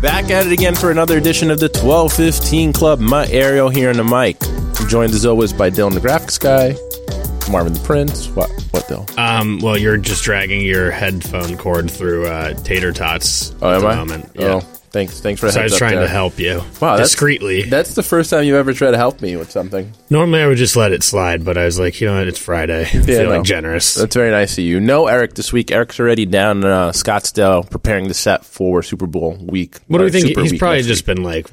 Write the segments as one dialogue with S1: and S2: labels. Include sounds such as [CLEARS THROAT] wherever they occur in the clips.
S1: Back at it again for another edition of the 1215 Club. My Ariel here in the mic. I'm joined as always by Dylan the Graphics Guy, Marvin the Prince. What, what Dylan?
S2: Um, well, you're just dragging your headphone cord through uh, tater tots.
S1: Oh,
S2: at
S1: am
S2: the
S1: I?
S2: Moment.
S1: Oh,
S2: Yeah.
S1: thanks. Thanks for the
S2: so I
S1: heads
S2: was
S1: up
S2: trying
S1: there.
S2: to help you
S1: Wow, that's-
S2: discreetly.
S1: That's the first time you've ever tried to help me with something.
S2: Normally, I would just let it slide, but I was like, you know what? It's Friday. [LAUGHS] I'm feeling
S1: no.
S2: generous.
S1: That's very nice of you. No, Eric, this week. Eric's already down in uh, Scottsdale preparing the set for Super Bowl week.
S2: what do
S1: or
S2: we think?
S1: Super
S2: He's
S1: week
S2: probably
S1: next
S2: just been like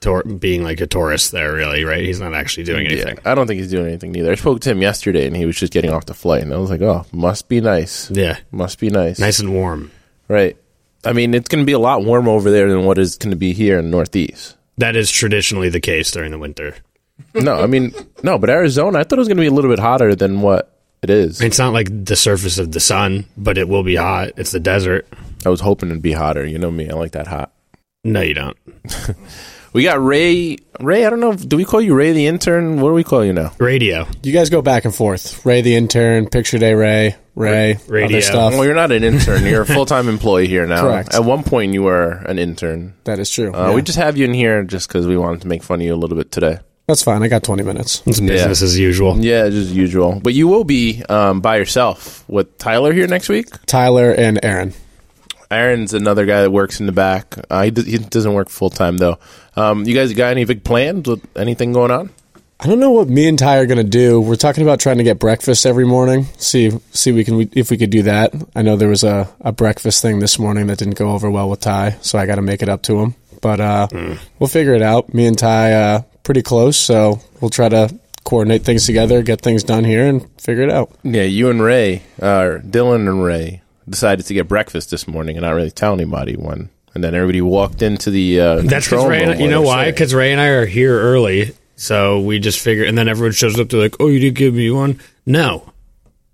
S2: tour- being like a tourist there, really, right? He's not actually doing
S1: week.
S2: anything.
S1: Yeah, I don't think he's doing anything either. I spoke to him yesterday, and he was just getting off the flight, and I was like, "Oh, must be nice.
S2: Yeah.
S1: Must be nice.
S2: Nice and warm.
S1: right? I mean, it's going to be a lot warmer over there than what is going to be here in Northeast.
S2: That is traditionally the case during the winter.
S1: No, I
S3: [LAUGHS]
S1: mean, no, but Arizona, I thought it was going to be a little bit hotter than what it is.
S2: It's not like the surface of the sun, but it will be hot. It's the desert.
S1: I was hoping it'd be hotter. You know me, I like that hot.
S2: No, you don't.
S1: We got Ray. Ray, I don't know. Do we call you Ray the intern? What do we call you now?
S2: Radio.
S3: You guys go back and forth. Ray the intern, picture day Ray, Ray,
S2: radio.
S3: other stuff.
S1: Well, you're not an intern. You're a full time employee here now.
S3: Uh, Correct.
S1: At one point, you were an intern.
S3: that is true.
S1: Uh,
S3: Yeah.
S1: We just have you in here just because we wanted to make fun of you a little bit today.
S3: That's fine. I got 20 minutes.
S2: It's business as usual.
S1: Yeah, just usual. But you will be um, by yourself with Tyler here next week.
S3: Tyler and Aaron.
S1: Aaron's another guy that works in the back. Uh, he, d- he doesn't work full time though. Um, you guys got any big plans? With anything going on?
S3: I don't know what me and Ty are going to do. We're talking about trying to get breakfast every morning. See, see, we can we, if we could do that. I know there was a, a breakfast thing this morning that didn't go over well with Ty, so I got to make it up to him. But uh, we'll figure it out. Me and Ty uh, pretty close, so we'll try to coordinate things together, get things done here, and figure it out.
S1: Yeah, you and Ray, uh, Dylan and Ray, decided to get breakfast this morning and not really tell anybody when. And then everybody walked into the. Uh,
S2: That's
S1: control
S2: because Ray.
S1: room
S2: And, you
S1: while
S2: know
S1: they're
S2: why?
S1: sitting.
S2: Because Ray and I are here early, so we just figure. And then everyone shows up. They're like, "Oh, you did give me one." No,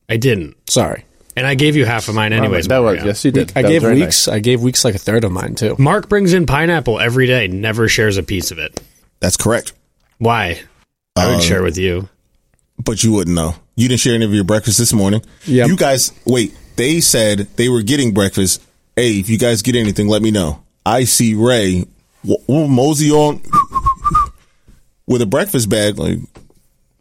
S2: I didn't.
S3: Sorry.
S2: And I gave you half of mine anyways.
S1: that was
S2: Mario.
S1: yes, you did.
S3: I
S1: That was
S3: gave
S1: very
S3: weeks.
S1: nice.
S3: I gave weeks like a third of mine too.
S2: Mark brings in pineapple every day. Never shares a piece of it.
S4: That's correct.
S2: Why? I would share with you.
S4: But you wouldn't know. You didn't share any of your breakfast this morning.
S3: Yep.
S4: You guys, wait, they said they were getting breakfast. Hey, if you guys get anything, let me know. I see Ray w- w- mosey on with a breakfast bag. Like,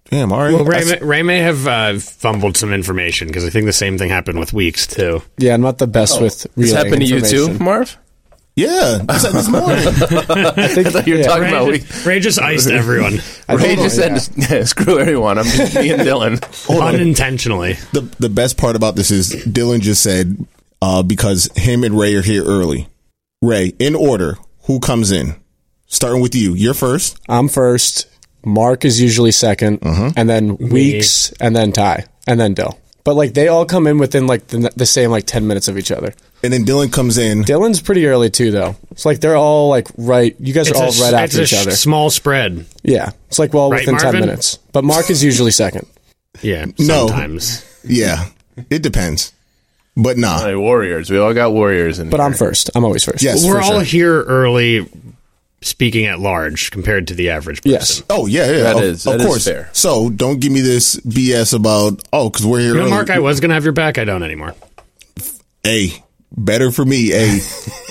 S4: damn, all right.
S2: Well, Ray,
S4: I
S2: may, Ray may have uh, fumbled some information because I think the same thing happened with Weeks too.
S3: Yeah, I'm not the best with.
S1: This
S3: relaying
S1: happened to you too, [LAUGHS]
S3: information.
S1: Marv.
S4: Yeah, I said this morning.
S2: [LAUGHS]
S3: I think
S1: You were
S3: yeah.
S1: talking
S2: Ray,
S1: about we.
S2: just, Ray just [LAUGHS] iced everyone
S1: Ray
S3: don't
S1: just
S3: know,
S1: said, [LAUGHS] "Screw everyone. I'm just
S2: [LAUGHS]
S1: me and Dylan."
S2: unintentionally.
S4: the the best part about this is Dylan just said uh, because him and Ray are here early. Ray, in order, who comes in? Starting with you. You're first.
S3: I'm first. Mark is usually 2nd
S4: Mm-hmm.
S3: and then Weeks, and then Ty, and then Dill. But like they all come in within like the, the same like ten minutes of each other.
S4: And then Dylan comes in.
S3: Dylan's pretty early too, though. It's like they're all like right. You guys are all
S2: s-
S3: right after
S2: it's
S3: each
S2: a
S3: other.
S2: sh- small spread.
S3: yeah, it's like well
S2: Right,
S3: within ten
S2: Marvin?
S3: minutes. But Mark is usually second.
S2: Yeah,
S4: No.
S2: sometimes.
S4: Yeah, it depends. But nah.
S1: Hey, warriors. We all got warriors. In
S3: But
S1: here.
S3: I'm first. I'm always first.
S4: Yes,
S2: we're
S4: for
S2: all
S4: sure.
S2: here early speaking at large compared to the average person.
S3: Yes.
S4: Oh yeah, yeah.
S1: That
S4: of,
S1: is-
S4: of
S1: that is
S4: course.
S1: fair.
S4: So don't give me this BS about oh, because we're here.
S2: You know,
S4: early.
S2: Mark, I was going to have your back. I don't anymore.
S4: hey, better for me.
S1: [LAUGHS]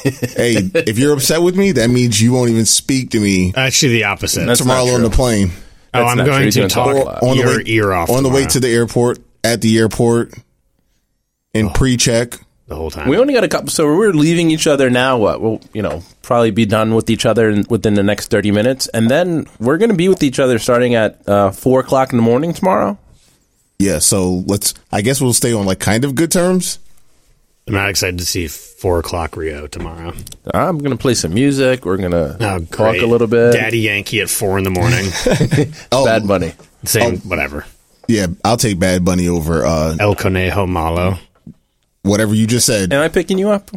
S4: Hey, hey, if you're upset with me, that means you won't even speak to me
S2: Actually, the opposite.
S1: That's not
S4: tomorrow on
S1: true. Uh,
S4: the plane
S2: oh,
S1: that's
S2: I'm
S1: not true.
S2: going
S1: He's
S2: to
S1: gonna
S2: talk
S1: talk
S4: on
S2: your
S4: the way
S2: ear off
S4: on the way
S2: tomorrow.
S4: to the airport at the airport
S1: Oh.
S4: and pre-check.
S2: the whole time.
S1: We only got a couple, so we're leaving each other now. What we'll, you know, probably be done with each other in, within the next thirty minutes, and then we're going to be with each other starting at uh, four o'clock in the morning tomorrow.
S4: Yeah, so let's. I guess we'll stay on like kind of good terms.
S2: I'm not excited to see four o'clock Rio tomorrow.
S1: I'm going to play some music. We're going to
S2: Oh,
S1: talk
S2: great.
S1: a little bit.
S2: Daddy Yankee at four in the morning.
S4: Oh,
S1: Bad Bunny.
S2: Same, whatever.
S4: yeah, I'll take Bad Bunny over uh,
S2: El Conejo Malo.
S4: whatever you just said.
S1: Am I picking you up?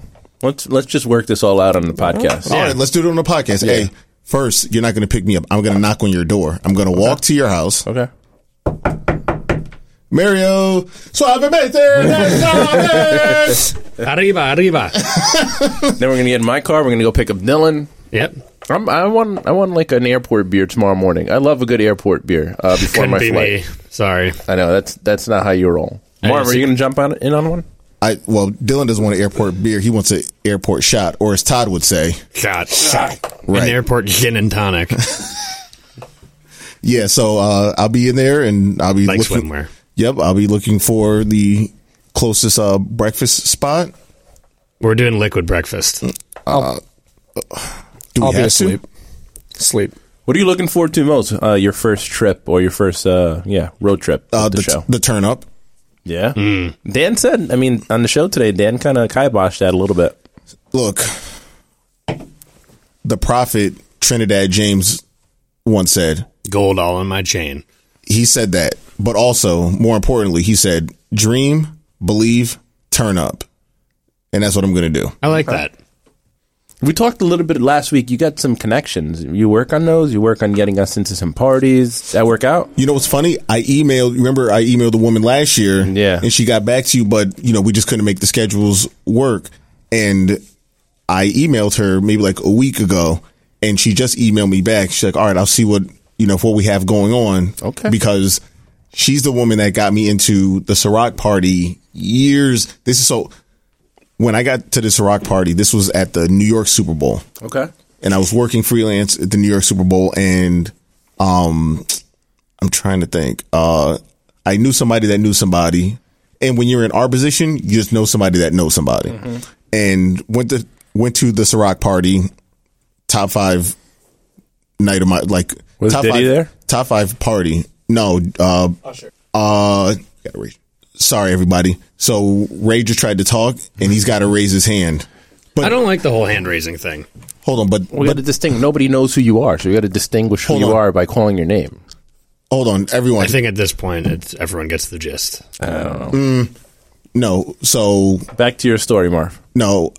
S1: Let's let's just work this all out on the podcast.
S4: All right, let's do it on the podcast. Hey, First, you're not going to pick me up. I'm going to knock on your door. I'm going to walk to your house.
S1: Okay.
S4: Mario, suavemente,
S1: [LAUGHS]
S4: desabes.
S2: Arriba, arriba.
S1: Then we're gonna get in my car. We're gonna go pick up Dylan.
S2: Yep.
S1: I'm, I want I want like an airport beer tomorrow morning. I love a good airport beer uh, before
S2: Couldn't
S1: my
S2: be
S1: flight.
S2: me. Sorry.
S1: I know that's that's not how you roll. Marv,
S2: just-
S1: are you gonna jump on in on one?
S4: I well, Dylan doesn't want an airport beer. He wants an airport shot, or as Todd would say,
S2: God.
S4: Right.
S2: An airport gin and tonic.
S4: yeah. So uh, I'll be in there, and I'll be
S2: Like
S4: looking.
S2: swimwear.
S4: Yep, I'll be looking for the closest uh, breakfast spot.
S2: We're doing liquid breakfast.
S4: Do we
S3: I'll be
S4: have to?
S3: asleep. Sleep.
S1: What are you looking forward to most? Uh, your first trip or your first uh, yeah road trip? with
S4: Uh,
S1: the,
S4: the,
S1: show.
S4: the turn up.
S1: yeah. Dan said. I mean, on the show today, Dan kind of kiboshed that a little bit.
S4: Look, the prophet Trinidad James once said,
S2: Gold all in my chain.
S4: he said that, but also more importantly, he said, dream, believe, turn up. And that's what I'm going to do.
S2: I like that.
S1: We talked a little bit last week. You got some connections. You work on those. You work on getting us into some parties. That work out.
S4: You know what's funny? I emailed, remember I emailed the woman last year
S1: Yeah.
S4: and she got back to you, but you know, we just couldn't make the schedules work. And I emailed her maybe like a week ago and she just emailed me back. She's like, all right, I'll see what, you know, what we have going on.
S1: Okay.
S4: Because she's the woman that got me into the Ciroc party years. This is so, when I got to the Ciroc party, this was at the New York Super Bowl
S1: Okay.
S4: and I was working freelance at the New York Super Bowl, and um, I'm trying to think. Uh, I knew somebody that knew somebody, and when you're in our position, you just know somebody that knows somebody.
S1: Mm-hmm.
S4: And went to went to the Ciroc party, top five night of my like
S1: Was
S4: top
S1: Diddy
S4: five,
S1: there?
S4: Top five party. No, uh, uh, gotta raise- sorry everybody. So Ray just tried to talk, and he's got to raise his hand. But
S2: I don't like the whole hand raising thing.
S4: hold on, but
S1: We
S4: but
S1: got to distinguish. Nobody knows who you are, so we got to distinguish who
S4: Hold
S1: you
S4: on.
S1: are by calling your name.
S4: hold on, everyone.
S2: I think at this point, it's, everyone gets the gist.
S4: No, so
S1: Back to your story, Marv.
S4: no.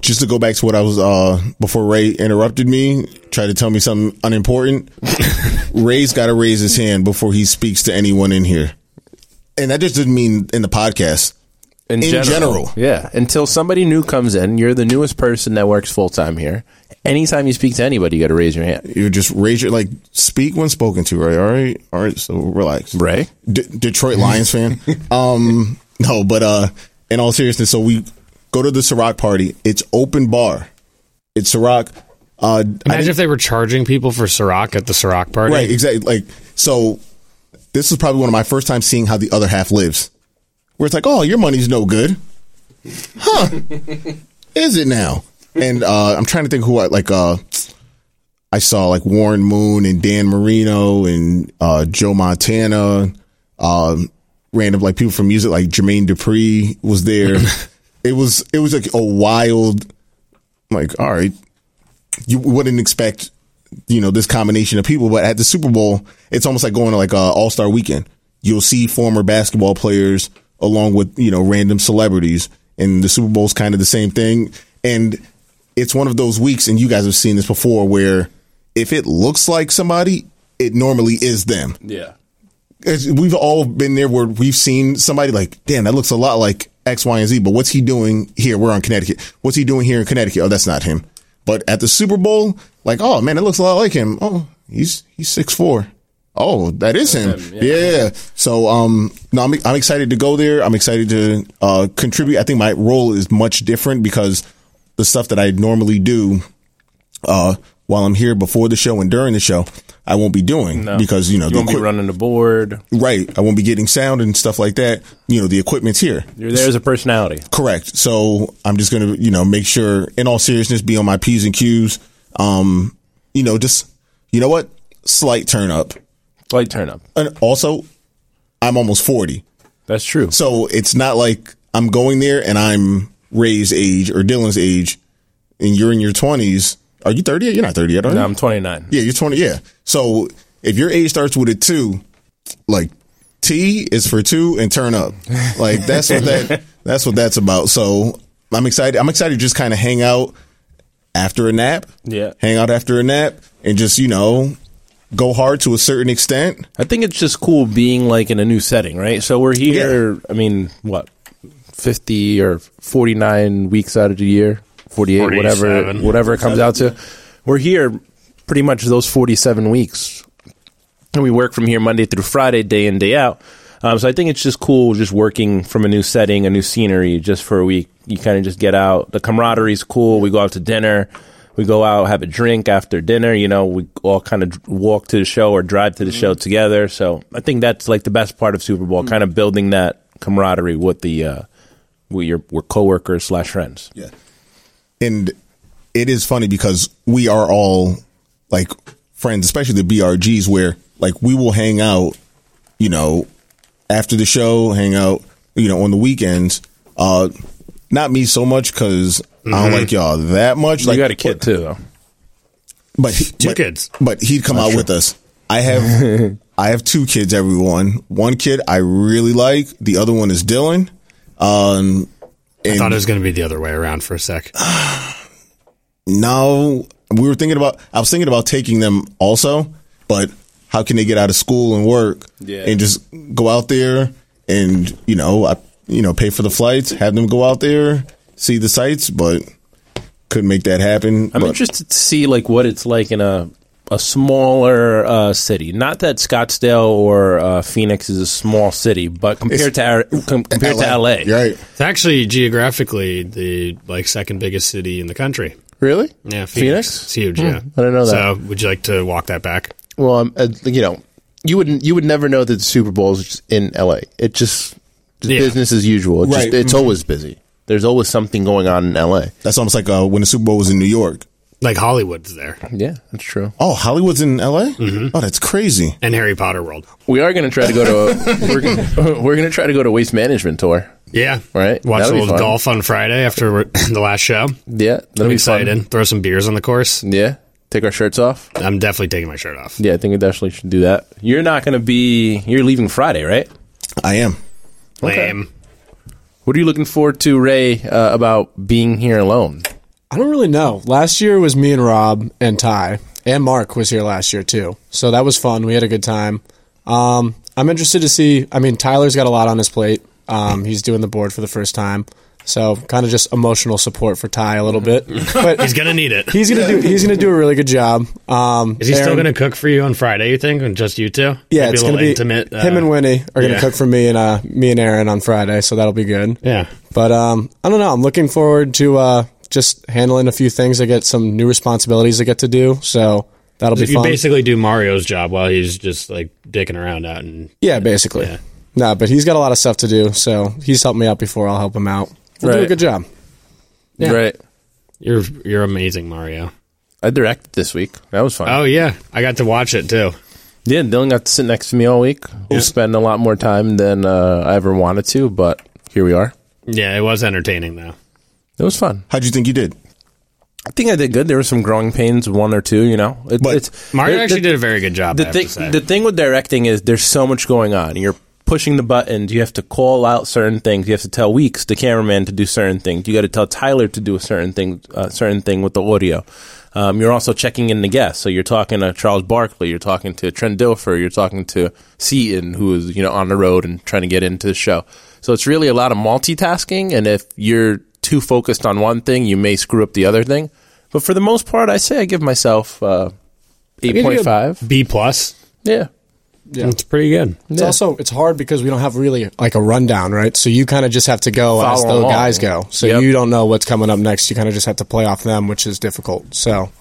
S4: Just to go back to what I was uh before Ray interrupted me, tried to tell me something unimportant. [LAUGHS] Ray's got to raise his hand before he speaks to anyone in here, and that just didn't mean in the podcast. In general.
S1: Yeah. Until somebody new comes in, you're the newest person that works full time here. Anytime you speak to anybody, you got to raise your hand.
S4: You just raise your like speak when spoken to, right? All right, all right. So relax.
S1: Ray?
S4: D- Detroit Lions fan. Um, no, but uh, in all seriousness, so we go to the Ciroc party. It's open bar. It's Ciroc. Uh, I
S2: Imagine if they were charging people for Ciroc at the Ciroc party.
S4: Right, exactly. Like so, this is probably one of my first times seeing how the other half lives. Where it's like, oh, your money's no good, huh? is it now? And uh, I'm trying to think who I like. Uh, I saw like Warren Moon and Dan Marino and uh, Joe Montana, um, random like people from music like Jermaine Dupri was there. it was it was like a wild. Like, all right, you wouldn't expect you know this combination of people but at the super bowl it's almost like going to like uh, all-star weekend you'll see former basketball players along with you know random celebrities and the super bowl's kind of the same thing and it's one of those weeks and you guys have seen this before where if it looks like somebody it normally is them
S1: Yeah.
S4: it's, we've all been there where we've seen somebody like, damn, that looks a lot like X, Y, and Z, but what's he doing here? We're on Connecticut. What's he doing here in Connecticut? Oh, that's not him. But at the Super Bowl, like, oh man, it looks a lot like him. Oh, he's he's six four. Oh, that is him. yeah. So, um, no, I'm I'm excited to go there. I'm excited to uh, contribute. I think my role is much different because the stuff that I normally do uh, while I'm here before the show and during the show, I won't be doing because you know
S1: You
S4: the
S1: won't be
S4: equip-
S1: running the board.
S4: Right. I won't be getting sound and stuff like that. You know, the equipment's here.
S1: You're there as a personality.
S4: Correct. So I'm just going to, you know, make sure in all seriousness, be on my P's and Q's. Um, you know, just, you know what? Slight turn up.
S1: Slight turn up.
S4: And also, I'm almost 40.
S1: That's true.
S4: So it's not like I'm going there and I'm Ray's age or Dylan's age and you're in your 20s. Are you 30 yet? You're not 30 yet, are you?
S1: Now I'm 29.
S4: Yeah, you're 20. Yeah. So if your age starts with a two, like T is for two and turn up. Like that's what that that's what that's about. So I'm excited. I'm excited to just kind of hang out after a nap.
S1: Yeah.
S4: Hang out after a nap and and just you know go hard to a certain extent.
S1: I think it's just cool being like in a new setting, right? So we're here. I mean, what, fifty or forty nine weeks out of the year, forty eight, whatever,
S2: 47.
S1: whatever it comes out to. We're here pretty much those forty seven weeks, and we work from here Monday through Friday, day in day out. Um, so I think it's just cool, just working from a new setting, a new scenery, just for a week. You kind of just get out. The camaraderie's cool. We go out to dinner. We go out, have a drink after dinner. You know, we all kind of walk to the show or drive to the show together. So I think that's like the best part of Super Bowl, kind of building that camaraderie with the uh, with your with coworkers slash friends.
S4: Yeah. And it is funny because we are all like friends, especially the BRGs, where like we will hang out, you know, after the show, hang out, you know, on the weekends. Uh, not me so much because I don't like y'all that much. Like,
S1: Mm-hmm. you got a kid too, though.
S4: but he-
S2: Two
S4: but-
S2: kids.
S4: But he'd come out with us.
S1: [LAUGHS]
S4: I have I have two kids. Everyone, one kid I really like. The other one is Dylan. Um, and
S2: I thought it was going to be the other way around for a sec.
S4: No, we were thinking about. I was thinking about taking them also, but how can they get out of school and work and just go out there and you know, I, you know, pay for the flights, have them go out there, see the sights, but couldn't make that happen.
S1: I'm
S4: but
S1: interested to see like what it's like in a a smaller uh, city. Not that Scottsdale or uh, Phoenix is a small city, but compared to our, com- compared to LA,
S4: You're right?
S2: It's actually geographically the like second biggest city in the country.
S5: Really?
S2: Yeah, Phoenix.
S1: Phoenix?
S2: It's huge. Yeah,
S5: Hmm, I didn't know that.
S2: So, would you like to walk that back?
S5: Well, um, uh, you know, you wouldn't you would never know that the Super Bowl is just in L.A. It just it's
S2: Yeah.
S5: business as usual. It's,
S4: Right.
S5: just, it's always busy. There's always something going on in L.A.
S4: That's almost like uh, when the Super Bowl was in New York.
S2: Like Hollywood's there
S5: Yeah, that's true.
S4: Oh, Hollywood's in L.A.
S1: Mm-hmm.
S4: Oh, that's crazy.
S2: and Harry Potter World.
S5: We are going to try to go to a, [LAUGHS] we're, gonna, we're going to try to go to waste management tour.
S2: Yeah,
S5: Right.
S2: Watch
S5: That'll
S2: a
S5: be
S2: little
S5: fun.
S2: golf on Friday after we're- [CLEARS THROAT] the last show.
S5: Yeah, that'll
S2: I'm
S5: be
S2: excited.
S5: fun.
S2: Throw some beers on the course.
S5: Yeah, take our shirts off.
S2: I'm definitely taking my shirt off.
S1: Yeah, I think we definitely should do that. You're not going to be. You're leaving Friday, right?
S4: I am.
S2: Lame.
S1: What are you looking forward to, Ray, uh, about being here alone?
S3: I don't really know. Last year was me and Rob and Ty and Mark was here last year too, so that was fun. We had a good time. Um, I'm interested to see. I mean, Tyler's got a lot on his plate. Um, he's doing the board for the first time, so kind of just emotional support for Ty a little bit. But
S2: Mm-hmm. [LAUGHS] He's gonna need it.
S3: he's gonna do he's gonna do a really good job. Um,
S2: Is he still
S3: Aaron-
S2: going to cook for you on Friday? You think, and just you two?
S3: Yeah,
S2: Maybe
S3: it's
S2: a
S3: gonna
S2: little
S3: be
S2: intimate.
S3: him
S2: uh,
S3: and Winnie are gonna
S2: yeah.
S3: cook for me and uh, me and Aaron on Friday, so that'll be good.
S2: Yeah,
S3: But um, I don't know. I'm looking forward to uh, just handling a few things. I get some new responsibilities I get to do, so that'll be
S2: you
S3: fun.
S2: basically do Mario's job while he's just like dicking around out and
S3: yeah, basically.
S2: Yeah.
S3: No, but he's got a lot of stuff to do, so he's helped me out before. I'll help him out. We'll do a
S1: Right.
S3: good job.
S1: Right.
S2: You're you're amazing, Mario.
S1: I directed this week. That was fun.
S2: Oh yeah, I got to watch it too.
S1: yeah, Dylan got to sit next to me all week. We'll spend a lot more time than uh, I ever wanted to, but here we are.
S2: Yeah, it was entertaining though.
S1: It was fun.
S4: How'd you think you did?
S1: I think I did good. There were some growing pains, one or two. You know, It-
S4: But
S2: Mario
S1: it-
S2: actually
S1: it-
S2: did a very good job.
S1: the
S2: I have to say.
S1: thing the thing with directing is there's so much going on. You're pushing the buttons. You have to call out certain things. You have to tell Weeks, the cameraman, to do certain things. You got to tell Tyler to do a certain thing, uh, certain thing with the audio. Um, you're also checking in the guests. So you're talking to Charles Barkley. You're talking to Trent Dilfer. You're talking to Seaton, who is you know on the road and trying to get into the show. So it's really a lot of multitasking. And if you're too focused on one thing, you may screw up the other thing. But for the most part, I say I give myself uh, eight point five.
S2: B plus.
S1: Yeah.
S2: It's pretty good.
S3: It's also it's hard because we don't have really like a rundown, right? So you kind of just have to go as
S1: Follow
S3: the
S1: along.
S3: guys go. So
S1: Yep.
S3: you don't know what's coming up next. You kind of just have to play off them, which is difficult. So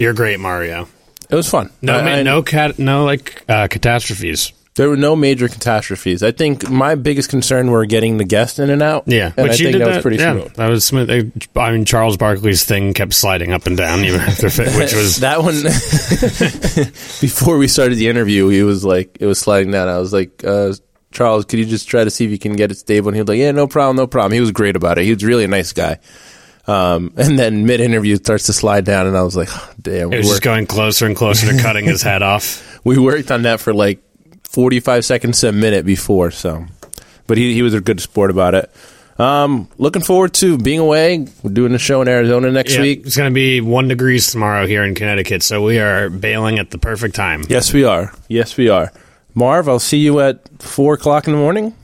S2: You're great, Mario.
S1: It was fun.
S2: No,
S1: I-
S2: ma-
S1: I-
S2: no, cat, no, like uh, catastrophes.
S1: There were no major catastrophes. I think my biggest concern were getting the guests in and out.
S2: Yeah,
S1: and I think that, was pretty
S2: yeah,
S1: smooth.
S2: That was smooth. They- I mean, Charles Barkley's thing kept sliding up and down, even
S1: [LAUGHS]
S2: after fit, which was
S1: that one. [LAUGHS] before we started the interview, he was like, it was sliding down. I was like, uh, Charles, could you just try to see if you can get it stable? And he was like, yeah, no problem, no problem. He was great about it. He was really a nice guy. Um, and then mid interview starts to slide down, and I was like, damn,
S2: it
S1: we
S2: was just
S1: worked,
S2: going closer and closer to cutting his head off.
S1: we worked on that for like 45 seconds to a minute before. So, but he, he was a good sport about it. Um, looking forward to being away. We're doing a show in Arizona next
S2: Yeah,
S1: week.
S2: It's going to be one degrees tomorrow here in Connecticut, so we are bailing at the perfect time.
S1: Yes, we are. Yes, we are. Marv, I'll see you at four o'clock in the morning.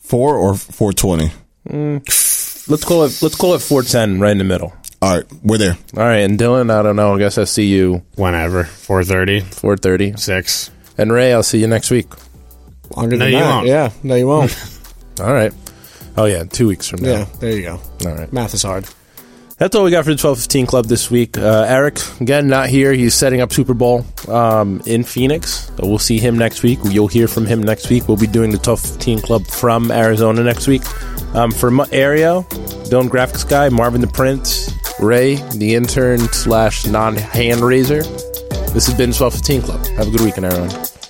S4: Four or four twenty.
S1: Let's call it. Let's call it four ten, right in the middle.
S4: All right, we're there.
S1: All right, and Dylan, I don't know. I guess I'll see you
S2: Whenever. 4.30,
S1: four thirty.
S2: 6.
S1: And Ray, I'll see you next week.
S3: Longer
S2: No,
S3: than
S2: you
S3: that.
S2: won't.
S3: Yeah, no,
S2: [LAUGHS]
S3: you won't.
S1: All right. Oh yeah, two weeks from now.
S3: yeah, there you go.
S1: All right.
S3: Math is hard.
S1: That's all we got for the twelve fifteen club this week. Uh, Eric again not here. He's setting up Super Bowl um, in Phoenix. Uh, We'll see him next week. You'll hear from him next week. We'll be doing the twelve fifteen club from Arizona next week. Um, for Ma- Ario, Dylan Graphics Guy, Marvin the Prince, Ray the intern slash non hand raiser. This has been twelve fifteen club. Have a good weekend, everyone.